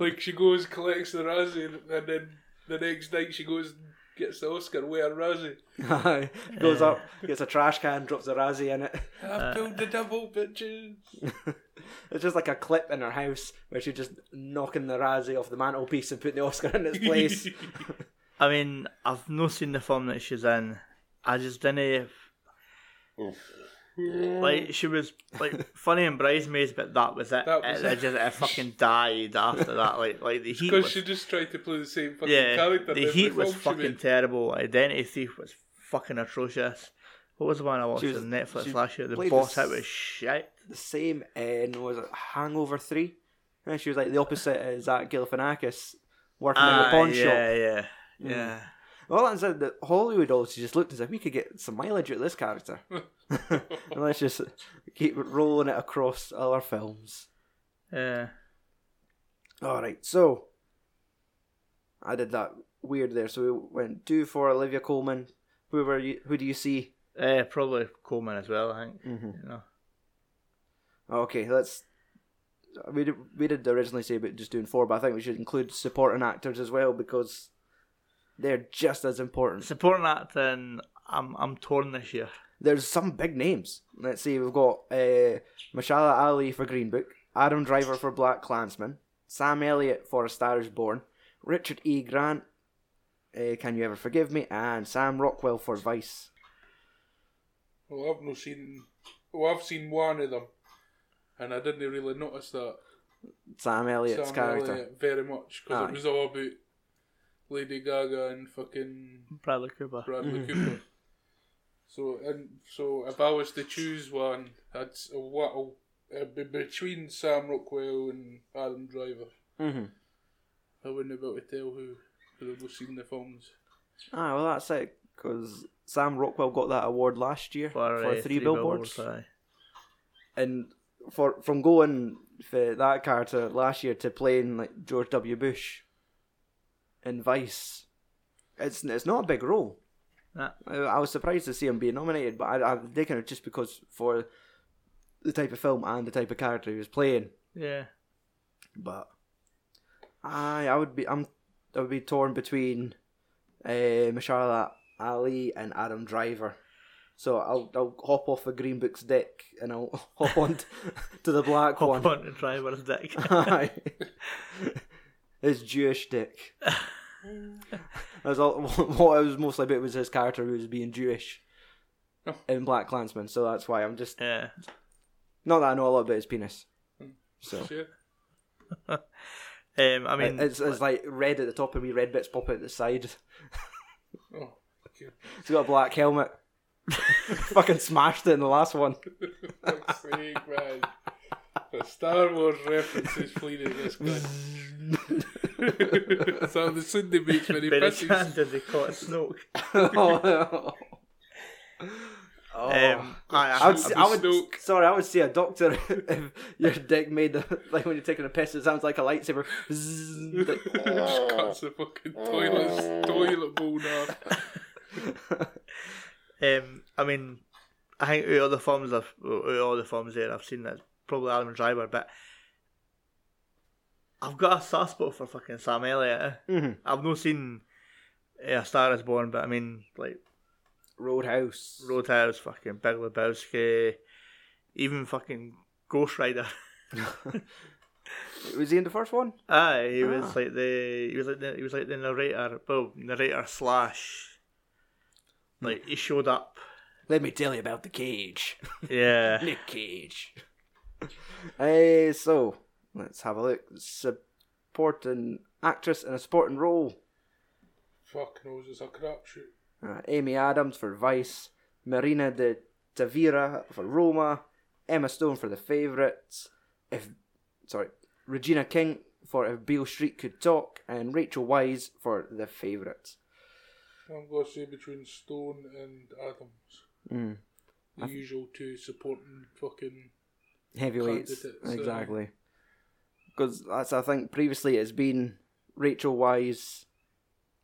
Speaker 3: like she goes collects the Razzie and- and then the next night she goes and gets the Oscar with a Razzie.
Speaker 1: Aye. Goes up, gets a trash can, drops a Razzie in it.
Speaker 2: Uh.
Speaker 3: I've killed the devil bitches.
Speaker 1: It's just like a clip in her house where she's just knocking the Razzie off the mantelpiece and putting the Oscar in its place.
Speaker 2: I mean, I've not seen the film that she's in. I just didn't. Like she was like funny in bridesmaids, but that was it.
Speaker 3: Mm. That was
Speaker 2: it,
Speaker 3: it.
Speaker 2: Just, it fucking died after that. Like like the heat.
Speaker 3: Because
Speaker 2: Was,
Speaker 3: she just tried to play the same fucking
Speaker 2: yeah,
Speaker 3: character.
Speaker 2: the
Speaker 3: that
Speaker 2: heat
Speaker 3: they
Speaker 2: was
Speaker 3: filmed she
Speaker 2: fucking
Speaker 3: made.
Speaker 2: terrible. Identity thief was fucking atrocious. What was the one I watched
Speaker 1: She was-
Speaker 2: on Netflix
Speaker 1: she
Speaker 2: last year? The
Speaker 1: played
Speaker 2: boss
Speaker 1: this-
Speaker 2: hit was shit.
Speaker 1: the same in, was it Hangover 3? And she was like, the opposite is that Gilfanakis working in the
Speaker 2: Ah,
Speaker 1: pawn
Speaker 2: yeah,
Speaker 1: shop. Mm.
Speaker 2: yeah, yeah.
Speaker 1: Well, that said, that Hollywood also just looked and said, we could get some mileage out of this character. and let's just keep rolling it across all our films.
Speaker 2: yeah.
Speaker 1: All right, so I did that weird there. So we went do for Olivia Coleman. Who were you? Who do you see?
Speaker 2: Uh, probably Coleman as well. I think. You know.
Speaker 1: Okay, let's. We did, we did originally say about just doing four, but I think we should include supporting actors as well because they're just as important.
Speaker 2: Supporting acting, I'm I'm torn this year.
Speaker 1: There's some big names. Let's see, we've got uh, Mashallah Ali for Green Book, Adam Driver for Black Klansman, Sam Elliott for A Star Is Born, Richard E. Grant, uh, Can You Ever Forgive Me, and Sam Rockwell for Vice.
Speaker 3: Well, oh, I've not seen. Well, I've seen one of them, and I didn't really notice that
Speaker 1: Sam Elliott's
Speaker 3: Sam
Speaker 1: character.
Speaker 3: Elliott very much because
Speaker 1: Aye.
Speaker 3: it was all about Lady Gaga and fucking
Speaker 2: Bradley Cooper.
Speaker 3: Bradley Cooper. So and so, if I was to choose one, I'd s- uh, what uh, be between Sam Rockwell and Adam Driver.
Speaker 1: Mm-hmm.
Speaker 3: I wouldn't be able to tell who because I've not seen the films.
Speaker 1: Ah, well, that's it. Because Sam Rockwell got that award last year for,
Speaker 2: For, uh,
Speaker 1: three, billboards,
Speaker 2: aye.
Speaker 1: and for from going for that character last year to playing like George W. Bush in Vice, it's it's not a big role.
Speaker 2: Nah.
Speaker 1: I, I was surprised to see him being nominated, but I, I'm thinking of just because for the type of film and the type of character he was playing.
Speaker 2: Yeah.
Speaker 1: But I I would be I'm I would be torn between uh, Mashallah Ali and Adam Driver. So I'll I'll hop off the Green Book's deck and I'll hop on t- to the black
Speaker 2: Hop
Speaker 1: one.
Speaker 2: on to driver's dick.
Speaker 1: Aye. his Jewish dick. That's all. What I was mostly about was his character who was being Jewish in Black Klansman. So that's why I'm just
Speaker 2: yeah.
Speaker 1: not that I know a lot about his penis. So.
Speaker 3: Yeah.
Speaker 2: Um, I mean,
Speaker 1: Uh, it's, it's like red at the top and we red bits pop out the side.
Speaker 3: Oh, okay.
Speaker 1: He's got a black helmet. Fucking smashed it in the last one.
Speaker 3: Fuck's sake, man. The Star Wars references fleeing at this guy.
Speaker 2: Um,
Speaker 3: so the Sunday makes when he
Speaker 2: Barry
Speaker 3: pisses.
Speaker 2: Sanders, he caught Snoke.
Speaker 1: oh.
Speaker 2: Um, I,
Speaker 1: I would,
Speaker 2: I,
Speaker 1: say, I would
Speaker 3: Snoke.
Speaker 1: sorry, I would see a doctor if your dick made the like when you're taking a piss, it sounds like a lightsaber. Zzz, like-
Speaker 3: Just cuts the fucking toilet toilet bowl off.
Speaker 2: um, I mean, I think out of all the films, I've, out of all the films there, I've seen that probably Adam Driver, but I've got a soft spot for fucking Sam Elliott. eh?
Speaker 1: Mhm.
Speaker 2: I've not seen eh, A Star Is Born, but I mean, like
Speaker 1: Roadhouse.
Speaker 2: Roadhouse, fucking Big Lebowski, even fucking Ghost Rider.
Speaker 1: Was he in the first one?
Speaker 2: Aye, he was
Speaker 1: Ah.
Speaker 2: like the he was like the he was like the narrator, well, narrator slash. Like he showed up.
Speaker 1: Let me tell you about the cage.
Speaker 2: Yeah.
Speaker 1: Nick Cage. hey, so let's have a look. Supporting actress in a supporting role.
Speaker 3: Fuck knows it's a crapshoot.
Speaker 1: Uh, Amy Adams for Vice, Marina de Tavira for Roma, Emma Stone for The Favourites, if sorry, Regina King for If Beale Street Could Talk, and Rachel Wise for The Favourites.
Speaker 3: I'm gonna say between Stone and Adams.
Speaker 1: Mm.
Speaker 3: The usual two supporting fucking
Speaker 1: heavyweights
Speaker 3: Candidates, uh,
Speaker 1: exactly because that's i think previously it's been rachel wise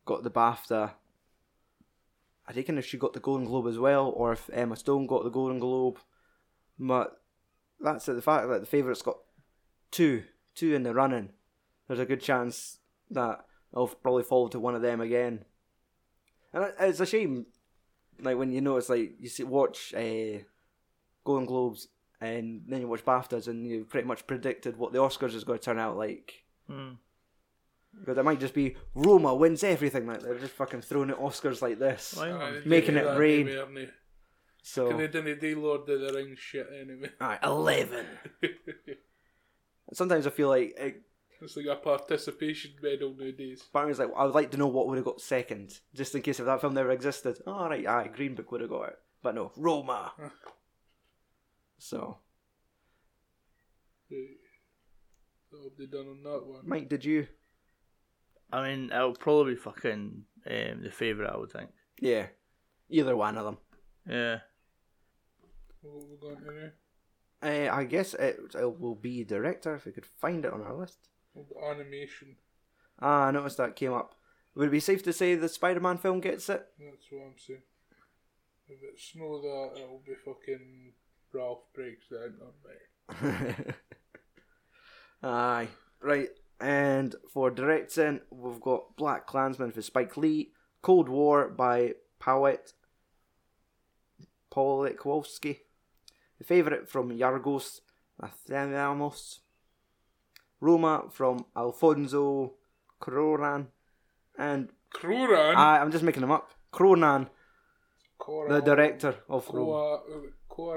Speaker 1: got the bafta i reckon if she got the golden globe as well or if emma stone got the golden globe but that's it the fact that the favourites got two two in the running there's a good chance that i'll probably fall to one of them again and it- it's a shame like when you know it's like you see watch uh, golden globes and then you watch BAFTAs and you've pretty much predicted what the Oscars is going to turn out like.
Speaker 2: Mm.
Speaker 1: Because it might just be Roma wins everything, like they're just fucking throwing at Oscars like this.
Speaker 2: Why not?
Speaker 1: Making it rain. Oh.
Speaker 3: Anyway, haven't they? Can they
Speaker 1: So,
Speaker 3: done the day Lord of the Rings shit anyway?
Speaker 1: alright, 11. Sometimes I feel like, it,
Speaker 3: It's like a participation medal nowadays.
Speaker 1: part of me's like, I would like to know what would have got second, just in case if that film never existed. Alright, aye, Green Book would have got it. But no, Roma! so,
Speaker 3: Right. What have they done on that one?
Speaker 1: Mike, did you?
Speaker 2: I mean, it'll probably be fucking um, the favourite, I would think.
Speaker 1: Yeah. Either one of them.
Speaker 2: Yeah.
Speaker 3: What have we got in there?
Speaker 1: Uh, I guess it, it will be director if we could find it on our list.
Speaker 3: Animation.
Speaker 1: Ah, I noticed that came up. Would it be safe to say the Spider Man film gets it?
Speaker 3: That's what I'm saying. If it's not that, it'll be fucking Ralph breaks the internet.
Speaker 1: Aye. Right. And for directing, we've got Black Klansman for Spike Lee, Cold War by Powet Paul Kowalski, The Favourite from Yargos Lanthimos, Roma from Alfonso Cuarón, and
Speaker 3: Croran.
Speaker 1: I, I'm just making them up. Cronan,
Speaker 3: Coran.
Speaker 1: Ah, the director of Roma.
Speaker 3: Coa, uh,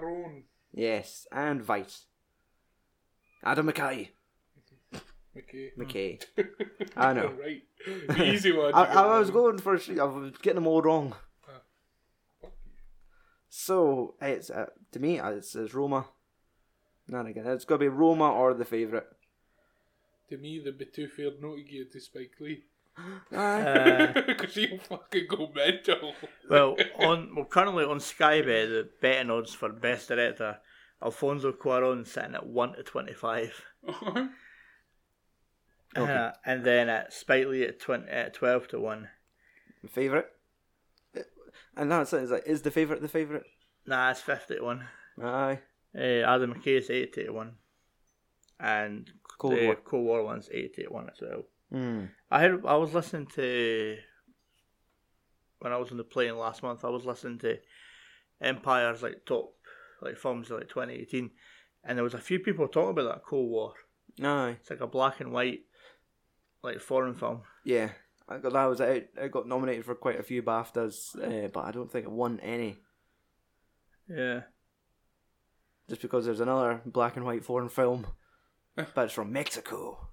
Speaker 3: Coaron.
Speaker 1: Yes, and Vice. Adam McKay.
Speaker 3: Okay.
Speaker 1: McKay. I know.
Speaker 3: right. Easy one.
Speaker 1: I, I, was going for. I was getting them all wrong. So it's uh, to me uh, it's, it's Roma. Not again. It's got to be Roma or the favourite.
Speaker 3: To me, they'd be too fair not to give it to Spike Lee.
Speaker 1: Aye.
Speaker 2: Uh,
Speaker 3: Because he'll fucking go mental.
Speaker 2: well, on well, currently on Skybet, the betting odds for Best Director, Alfonso Cuarón sitting at 1 to 25. Uh, and then at Spike Lee at, 20, at 12 to 1.
Speaker 1: favourite. And that's it. It's like is the favourite the favourite?
Speaker 2: Nah, it's 50 to 1.
Speaker 1: Aye.
Speaker 2: Uh, Adam McKay is 80 to 1. And
Speaker 1: Cold
Speaker 2: the
Speaker 1: War.
Speaker 2: Cold War one's 80 to 1 as well.
Speaker 1: Mm.
Speaker 2: I heard I was listening to when I was on the plane last month. I was listening to Empire's like top like films of like 2018, and there was a few people talking about that Cold War.
Speaker 1: Aye.
Speaker 2: It's like a black and white like foreign film.
Speaker 1: Yeah. I got that was out. I got nominated for quite a few BAFTAs, uh, but I don't think I won any.
Speaker 2: Yeah,
Speaker 1: Just because there's another black and white foreign film, but it's from Mexico.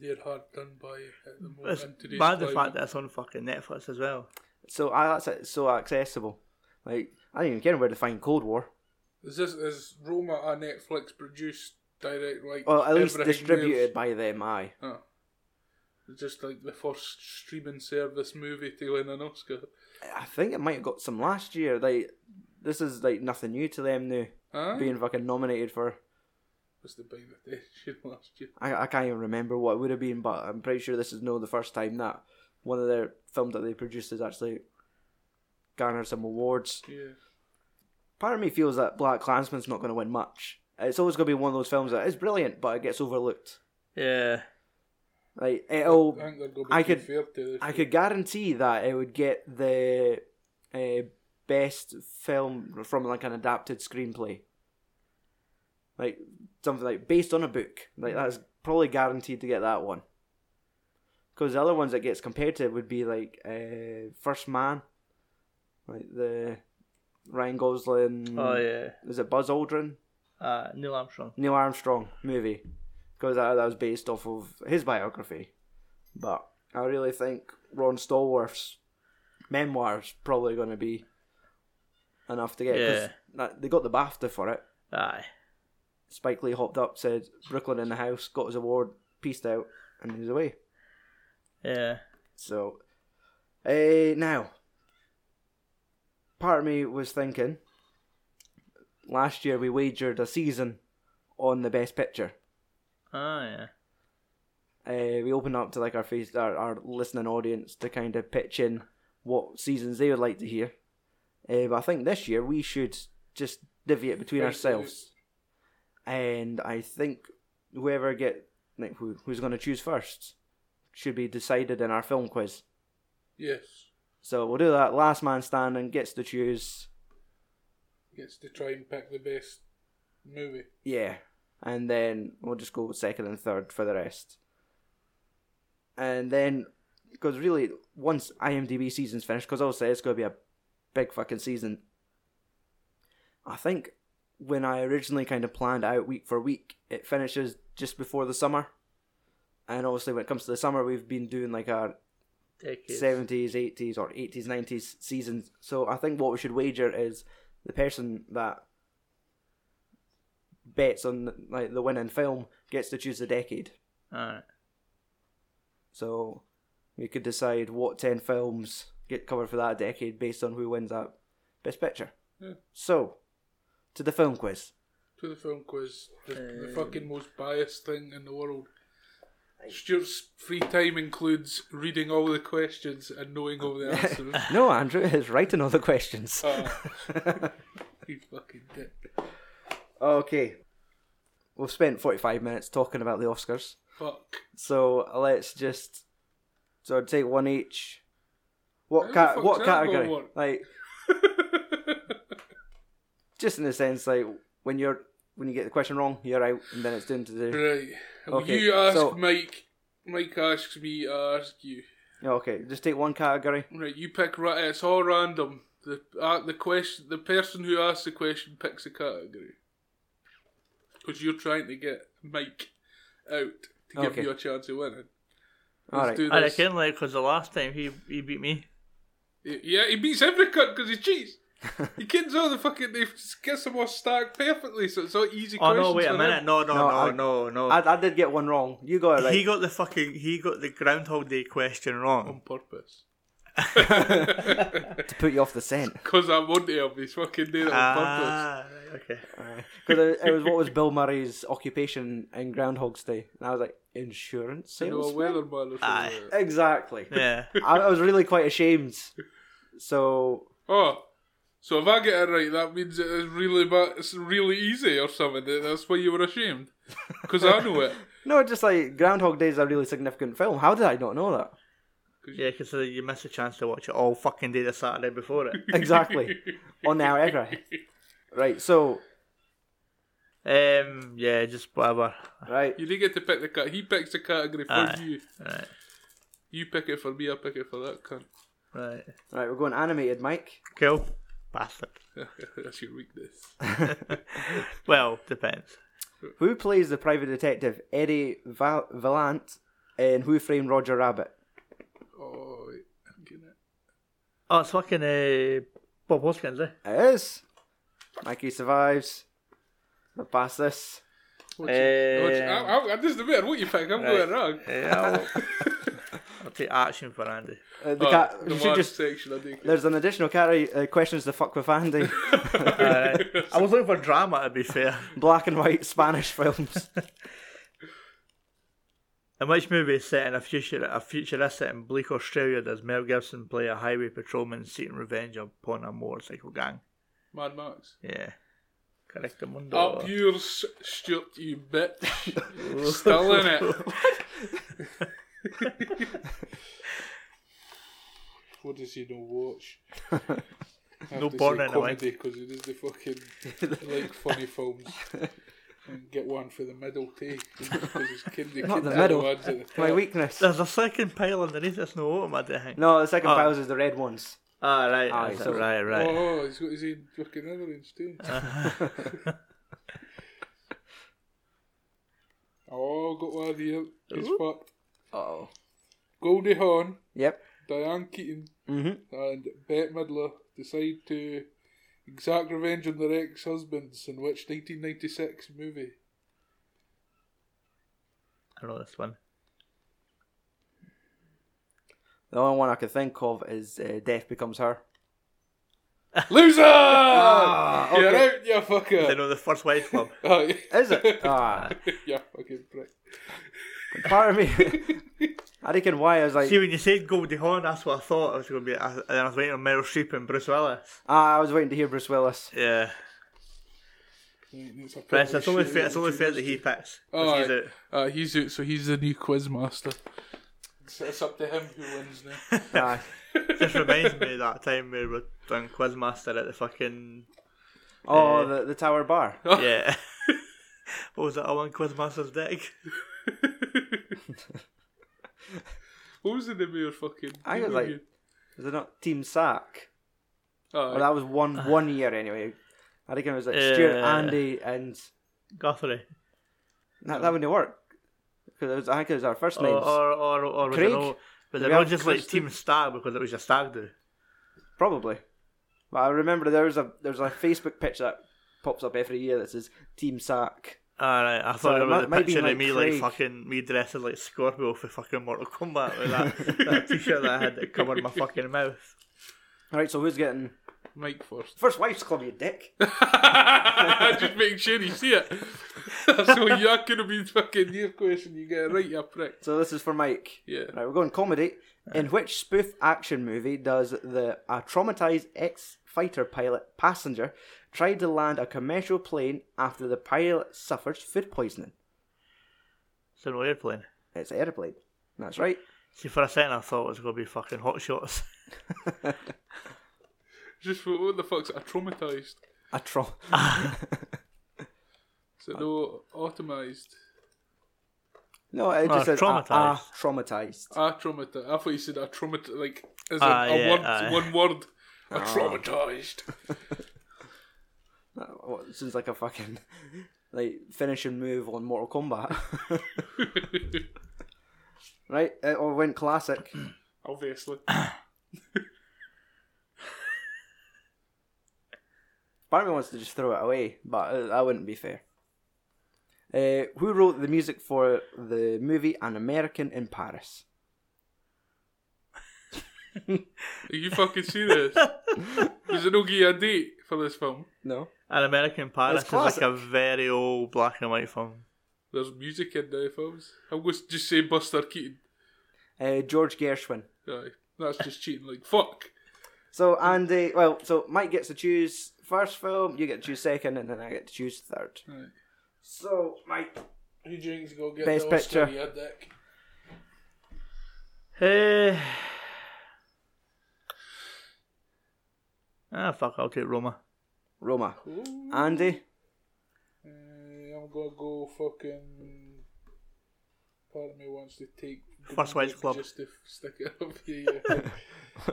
Speaker 3: They're hard done by at the moment.
Speaker 2: it's
Speaker 3: in today's
Speaker 2: bad the fact
Speaker 3: climate.
Speaker 2: that it's on fucking Netflix as well.
Speaker 1: So I, that's it. So accessible. Like I don't even care where to find Cold War.
Speaker 3: Is this is Roma a Netflix produced direct like?
Speaker 1: Well, at least
Speaker 3: everything
Speaker 1: distributed by them. Aye.
Speaker 3: else? Oh. It's Just like the first streaming service movie to win an Oscar.
Speaker 1: I think it might have got some last year. Like this is like nothing new to them now.
Speaker 3: Huh?
Speaker 1: Being fucking nominated for.
Speaker 3: was the big attention last year.
Speaker 1: I, I can't even remember what it would have been, but I'm pretty sure this is no the first time that one of their films that they produced has actually garnered some awards.
Speaker 3: Yeah.
Speaker 1: Part of me feels that Black Klansman's not going to win much. It's always going to be one of those films that is brilliant, but it gets overlooked.
Speaker 2: Yeah,
Speaker 1: Like it'll
Speaker 3: I think they're going to be
Speaker 1: I
Speaker 3: too
Speaker 1: could-
Speaker 3: fair to this.
Speaker 1: I could guarantee that it would get the uh, best film from like an adapted screenplay, like something like based on a book. Like that's probably guaranteed to get that one. Because the other ones that gets compared to would be like uh, First Man, like the Ryan Gosling.
Speaker 2: oh yeah,
Speaker 1: Is it Buzz Aldrin?
Speaker 2: uh, Neil Armstrong.
Speaker 1: Neil Armstrong movie because that, that was based off of his biography. But I really think Ron Stallworth's memoirs probably going to be enough to get because
Speaker 2: Yeah.
Speaker 1: they got the BAFTA for it.
Speaker 2: Aye,
Speaker 1: Spike Lee hopped up, said Brooklyn in the house, got his award, peaced out, and he was away.
Speaker 2: yeah,
Speaker 1: So, uh, now, part of me was thinking last year we wagered a season on the best picture.
Speaker 2: oh yeah,
Speaker 1: uh, we opened up to like our face our, our listening audience to kind of pitch in what seasons they would like to hear. Uh, but I think this year we should just divvy it between
Speaker 3: Thank
Speaker 1: ourselves, and I think whoever get like who, who's going to choose first should be decided in our film quiz.
Speaker 3: Yes.
Speaker 1: So we'll do that. Last man standing gets to choose.
Speaker 3: Gets to try and pick the best movie.
Speaker 1: Yeah. And then we'll just go second and third for the rest. And then, because really, once IMDb season's finished, because obviously it's going to be a big fucking season, I think when I originally kind of planned out week for week, it finishes just before the summer. And obviously, when it comes to the summer, we've been doing like our
Speaker 2: decades.
Speaker 1: seventies, eighties, or eighties, nineties seasons. So I think what we should wager is the person that bets on like the winning film gets to choose the decade.
Speaker 2: Alright.
Speaker 1: So we could decide what ten films get covered for that decade based on who wins that best picture.
Speaker 3: Yeah.
Speaker 1: So to the film quiz.
Speaker 3: To the film quiz. The, the fucking most biased thing in the world. Stuart's free time includes reading all the questions and knowing all the answers.
Speaker 1: No, Andrew is writing all the questions.
Speaker 3: Ah, you fucking dick.
Speaker 1: Okay. We've spent 45 minutes talking about the Oscars.
Speaker 3: Fuck.
Speaker 1: So let's just. So I'd take one each.
Speaker 3: How
Speaker 1: What
Speaker 3: the
Speaker 1: cat?
Speaker 3: fuck's
Speaker 1: What
Speaker 3: that gonna
Speaker 1: category?
Speaker 3: work?
Speaker 1: Like, just in the sense, like when you're when you get the question wrong, you're out, and then it's down to the.
Speaker 3: Right. Well,
Speaker 1: Okay,
Speaker 3: you ask
Speaker 1: so-
Speaker 3: Mike. Mike asks me. I ask you.
Speaker 1: Okay, just take one category.
Speaker 3: Right. You pick. ra- It's all random. The uh, the question. The person who asks the question picks a category. Because you're trying to get Mike out to give
Speaker 1: Okay.
Speaker 3: you a chance of winning.
Speaker 1: All right.
Speaker 3: do
Speaker 2: I
Speaker 3: this.
Speaker 2: reckon, like, because the last time he, he beat me.
Speaker 3: Yeah, he beats every cunt because he cheats. he kids all the fucking. They gets them all stacked perfectly, so it's all easy
Speaker 2: Oh,
Speaker 3: questions.
Speaker 2: no, wait
Speaker 3: for
Speaker 2: a
Speaker 3: him.
Speaker 2: minute. No,
Speaker 1: No,
Speaker 2: no, no,
Speaker 1: I-
Speaker 2: no, no.
Speaker 1: I, I did get one wrong. You got it right.
Speaker 2: He got the fucking, he got the Groundhog Day question
Speaker 3: On
Speaker 2: wrong.
Speaker 3: purpose.
Speaker 1: to put you off the scent.
Speaker 3: Because I want to help. He's fucking doing it
Speaker 1: Oh,
Speaker 3: on purpose.
Speaker 2: Ah, right, okay.
Speaker 1: Because it, it was what was Bill Murray's occupation in Groundhog's Day, and I was like, insurance
Speaker 3: You know, a
Speaker 1: salesman.
Speaker 3: weatherman or something.
Speaker 1: Ah,
Speaker 2: Aye.
Speaker 3: like that.
Speaker 1: Exactly.
Speaker 2: Yeah.
Speaker 1: I, I was really quite ashamed. So
Speaker 3: Oh, so if I get it right, that means it is really bad. It's really easy or something. That- That's why you were ashamed. Because I know it.
Speaker 1: no, just like Groundhog Day is a really significant film. How did I not know that?
Speaker 2: Yeah, because you miss a chance to watch it all fucking day the Saturday before it.
Speaker 1: Exactly. On the Niagara. Right. So
Speaker 2: Um, yeah, just whatever.
Speaker 1: right.
Speaker 3: You didn't get to pick the cat. He picks the category for
Speaker 2: Aye.
Speaker 3: you.
Speaker 2: Right,
Speaker 3: You pick it for me. I pick it for that cunt.
Speaker 2: right.
Speaker 1: Right. We're going animated, Mike.
Speaker 2: Cool. Bastard.
Speaker 3: That's your weakness.
Speaker 2: well, depends.
Speaker 1: Who plays the private detective Eddie Val- Vallant in Who Framed Roger Rabbit?
Speaker 3: Oh, wait, I'm getting it.
Speaker 2: Oh, it's fucking uh, Bob Hoskins, eh?
Speaker 1: It is. Mikey survives. I'll pass this.
Speaker 3: What's it? What's it?
Speaker 1: Eh.
Speaker 3: I, I, I just no matter what you pick, I'm going wrong.
Speaker 2: Yeah, I'll, I'll take action for Andy.
Speaker 1: Uh, the
Speaker 3: Oh,
Speaker 1: cat.
Speaker 3: the
Speaker 1: You should
Speaker 3: one
Speaker 1: just.
Speaker 3: section I think.
Speaker 1: There's an additional category. Uh, questions to fuck with Andy.
Speaker 2: Uh, I was looking for drama, to be fair.
Speaker 1: Black and white Spanish films.
Speaker 2: In which movie is set in a future a futuristic and bleak Australia does Mel Gibson play a highway patrolman seeking revenge upon a motorcycle gang?
Speaker 3: Mad Max.
Speaker 2: Yeah. Correct mundo.
Speaker 3: Up yours, Stuart, you bitch. Still in it. what does he not watch?
Speaker 2: No porn in it, like.
Speaker 3: because it is the fucking like funny films. And get one for the middle take because it's kindy.
Speaker 1: Not the
Speaker 3: kindy
Speaker 1: middle.
Speaker 3: ones at the
Speaker 1: My
Speaker 3: top.
Speaker 1: weakness.
Speaker 2: There's a second pile underneath this no open, I don't think.
Speaker 1: No, the second
Speaker 2: Oh.
Speaker 1: piles is the red ones.
Speaker 2: Ah, right,
Speaker 1: Aye,
Speaker 2: that's
Speaker 1: so-
Speaker 2: it, right, right.
Speaker 3: Oh, he's got his own fucking evidence too. oh, got one of the He's fucked.
Speaker 1: Oh.
Speaker 3: Goldie Hawn,
Speaker 1: Yep.
Speaker 3: Diane Keaton,
Speaker 1: Mhm.
Speaker 3: and Bette Midler decide to exact revenge on their ex-husbands in which 1996 movie?
Speaker 2: I know this one.
Speaker 1: The only one I could think of is uh, Death Becomes Her.
Speaker 3: Loser! You're
Speaker 1: Ah, okay.
Speaker 3: out, you
Speaker 2: I
Speaker 3: fucker!
Speaker 2: know the first wife club.
Speaker 3: Oh, yeah.
Speaker 1: Is it? ah,
Speaker 3: you fucking prick.
Speaker 1: part of me. I reckon why I was like,
Speaker 2: See, when you said Goldie Hawn, that's what I thought it was going to be. I, and I was waiting on Meryl Streep and Bruce Willis.
Speaker 1: ah, I was waiting to hear Bruce Willis.
Speaker 2: Yeah.
Speaker 3: Right, that's a
Speaker 2: But it's, it's only
Speaker 3: shitty
Speaker 2: fair, it's only fair that he picks. 'cause
Speaker 3: Alright.
Speaker 2: he's out.
Speaker 3: Uh, he's out, so he's the new quiz master. It's, it's up to him who wins now.
Speaker 1: Aye.
Speaker 2: Just reminds me of that time we were doing Quizmaster at the fucking
Speaker 1: Oh, the, the Tower Bar.
Speaker 2: yeah. what was that? I won Quizmaster's deck.
Speaker 3: what was the name of your fucking?
Speaker 1: I was like, is it not Team Sack?
Speaker 3: oh,
Speaker 1: Well, that was one one year anyway. I reckon it was like Stuart,
Speaker 2: Yeah.
Speaker 1: Andy, and
Speaker 2: Guthrie.
Speaker 1: that, that wouldn't work because I think it was our first
Speaker 2: Or
Speaker 1: names.
Speaker 2: or or, or was
Speaker 1: Craig?
Speaker 2: it all was it
Speaker 1: we
Speaker 2: all
Speaker 1: have
Speaker 2: just like
Speaker 1: Kristen?
Speaker 2: Team Stag because it was just Stag do?
Speaker 1: Probably. But I remember there was a there's a Facebook picture that pops up every year that says Team Sack.
Speaker 2: Alright, I thought
Speaker 1: So it
Speaker 2: it was
Speaker 1: might- might
Speaker 2: a
Speaker 1: be
Speaker 2: picture
Speaker 1: like
Speaker 2: of me
Speaker 1: Craig.
Speaker 2: like fucking me dressed as like Scorpio for fucking Mortal Kombat with that, that t shirt that I had that covered my fucking mouth.
Speaker 1: Alright, so who's getting
Speaker 3: Mike first.
Speaker 1: First Wife's Club, you dick?
Speaker 3: Just making sure you see it. so that could have been fucking your question. You get it right, you prick.
Speaker 1: So this is for Mike.
Speaker 3: Yeah.
Speaker 1: Right, we're going comedy. In which spoof action movie does the a traumatized ex-fighter pilot passenger try to land a commercial plane after the pilot suffers food poisoning?
Speaker 2: It's an airplane.
Speaker 1: It's airplane. That's right.
Speaker 2: See, for a second I thought it was going to be fucking hot shots.
Speaker 3: Just for what the fuck's I traumatized.
Speaker 1: A trauma.
Speaker 3: So no automized.
Speaker 1: no, it
Speaker 2: Oh,
Speaker 1: just says a- a
Speaker 2: traumatised.
Speaker 1: traumatized.
Speaker 3: I traumatized. I thought you said I traumatized. Like as
Speaker 2: Ah,
Speaker 3: a, a
Speaker 2: yeah,
Speaker 3: word,
Speaker 2: aye.
Speaker 3: one word. I traumatized.
Speaker 1: Uh, well, it sounds like a fucking like finishing move on Mortal Kombat. right, it all went classic.
Speaker 3: Obviously.
Speaker 1: Part of me wants to just throw it away, but uh, that wouldn't be fair. Uh, who wrote the music for the movie An American in Paris?
Speaker 3: Are you fucking serious? Does it not give you a date for this film?
Speaker 1: No.
Speaker 2: An American Paris is like
Speaker 1: classic.
Speaker 2: a very old black and white film.
Speaker 3: There's music in the films. I'm going to just say Buster Keaton.
Speaker 1: Uh, George Gershwin.
Speaker 3: Aye. That's just cheating. Like fuck.
Speaker 1: So Andy, well, so Mike gets to choose first film, you get to choose second, and then I get to choose third.
Speaker 3: Right.
Speaker 1: So Mike,
Speaker 3: Who do you think's gonna get
Speaker 1: Best
Speaker 3: the Oscar,
Speaker 1: picture.
Speaker 3: you dick?
Speaker 2: Eh. Ah, fuck, I'll take Roma.
Speaker 1: Roma,
Speaker 3: Ooh.
Speaker 1: Andy,
Speaker 3: Uh, I'm gonna go fucking. Part of me wants to take
Speaker 2: First Wives Club.
Speaker 3: just to stick it up here. Yeah.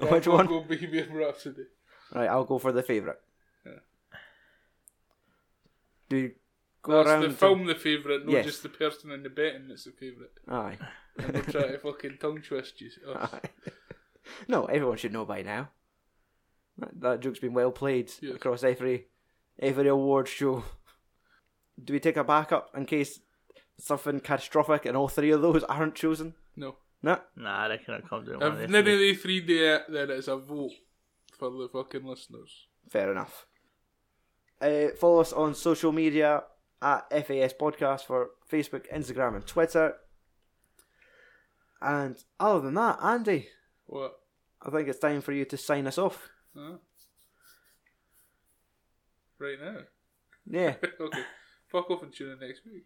Speaker 3: But
Speaker 1: which
Speaker 3: I'm
Speaker 1: one?
Speaker 3: gonna Go Bohemian Rhapsody.
Speaker 1: Right, I'll go for the favourite.
Speaker 3: Yeah.
Speaker 1: Do you go
Speaker 3: That's
Speaker 1: around?
Speaker 3: the film, the favourite, not
Speaker 1: Yes.
Speaker 3: just the person in the betting that's the favourite.
Speaker 1: to- Aye.
Speaker 3: I'm not trying to fucking tongue twist you. Oh, us.
Speaker 1: Aye. no, everyone should know by now. That, that joke's been well played
Speaker 3: Yes.
Speaker 1: across every every award show. Do we take a backup in case something catastrophic and all three of those aren't chosen?
Speaker 3: No.
Speaker 1: No.
Speaker 2: Nah, I reckon it comes in one of
Speaker 3: If
Speaker 2: these
Speaker 3: none of
Speaker 2: three.
Speaker 3: the three do it, then it's a vote for the fucking listeners.
Speaker 1: Fair enough. Uh, follow us on social media at FAS Podcast for Facebook, Instagram, and Twitter. And other than that, Andy,
Speaker 3: What?
Speaker 1: I think it's time for you to sign us off.
Speaker 3: Huh? Right now?
Speaker 1: Yeah.
Speaker 3: okay. Fuck off and tune in next week.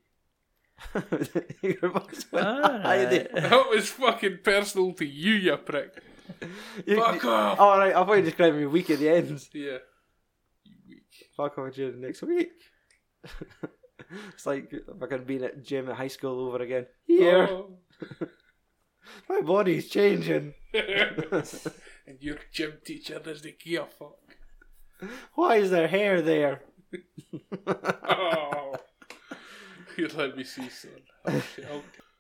Speaker 1: You're both-
Speaker 2: Alright.
Speaker 3: That was fucking personal to you, you prick.
Speaker 1: You-
Speaker 3: Fuck
Speaker 1: you-
Speaker 3: off.
Speaker 1: All right, I thought you described me weak at the end.
Speaker 3: Yeah. You weak.
Speaker 1: Fuck off gym next week. it's like fucking being at gym at high school over again. Here,
Speaker 3: Oh.
Speaker 1: my body's changing.
Speaker 3: and your gym teacher doesn't give a fuck.
Speaker 1: Why is there hair there?
Speaker 3: Oh. You let me see, son. Oh, shit. Okay.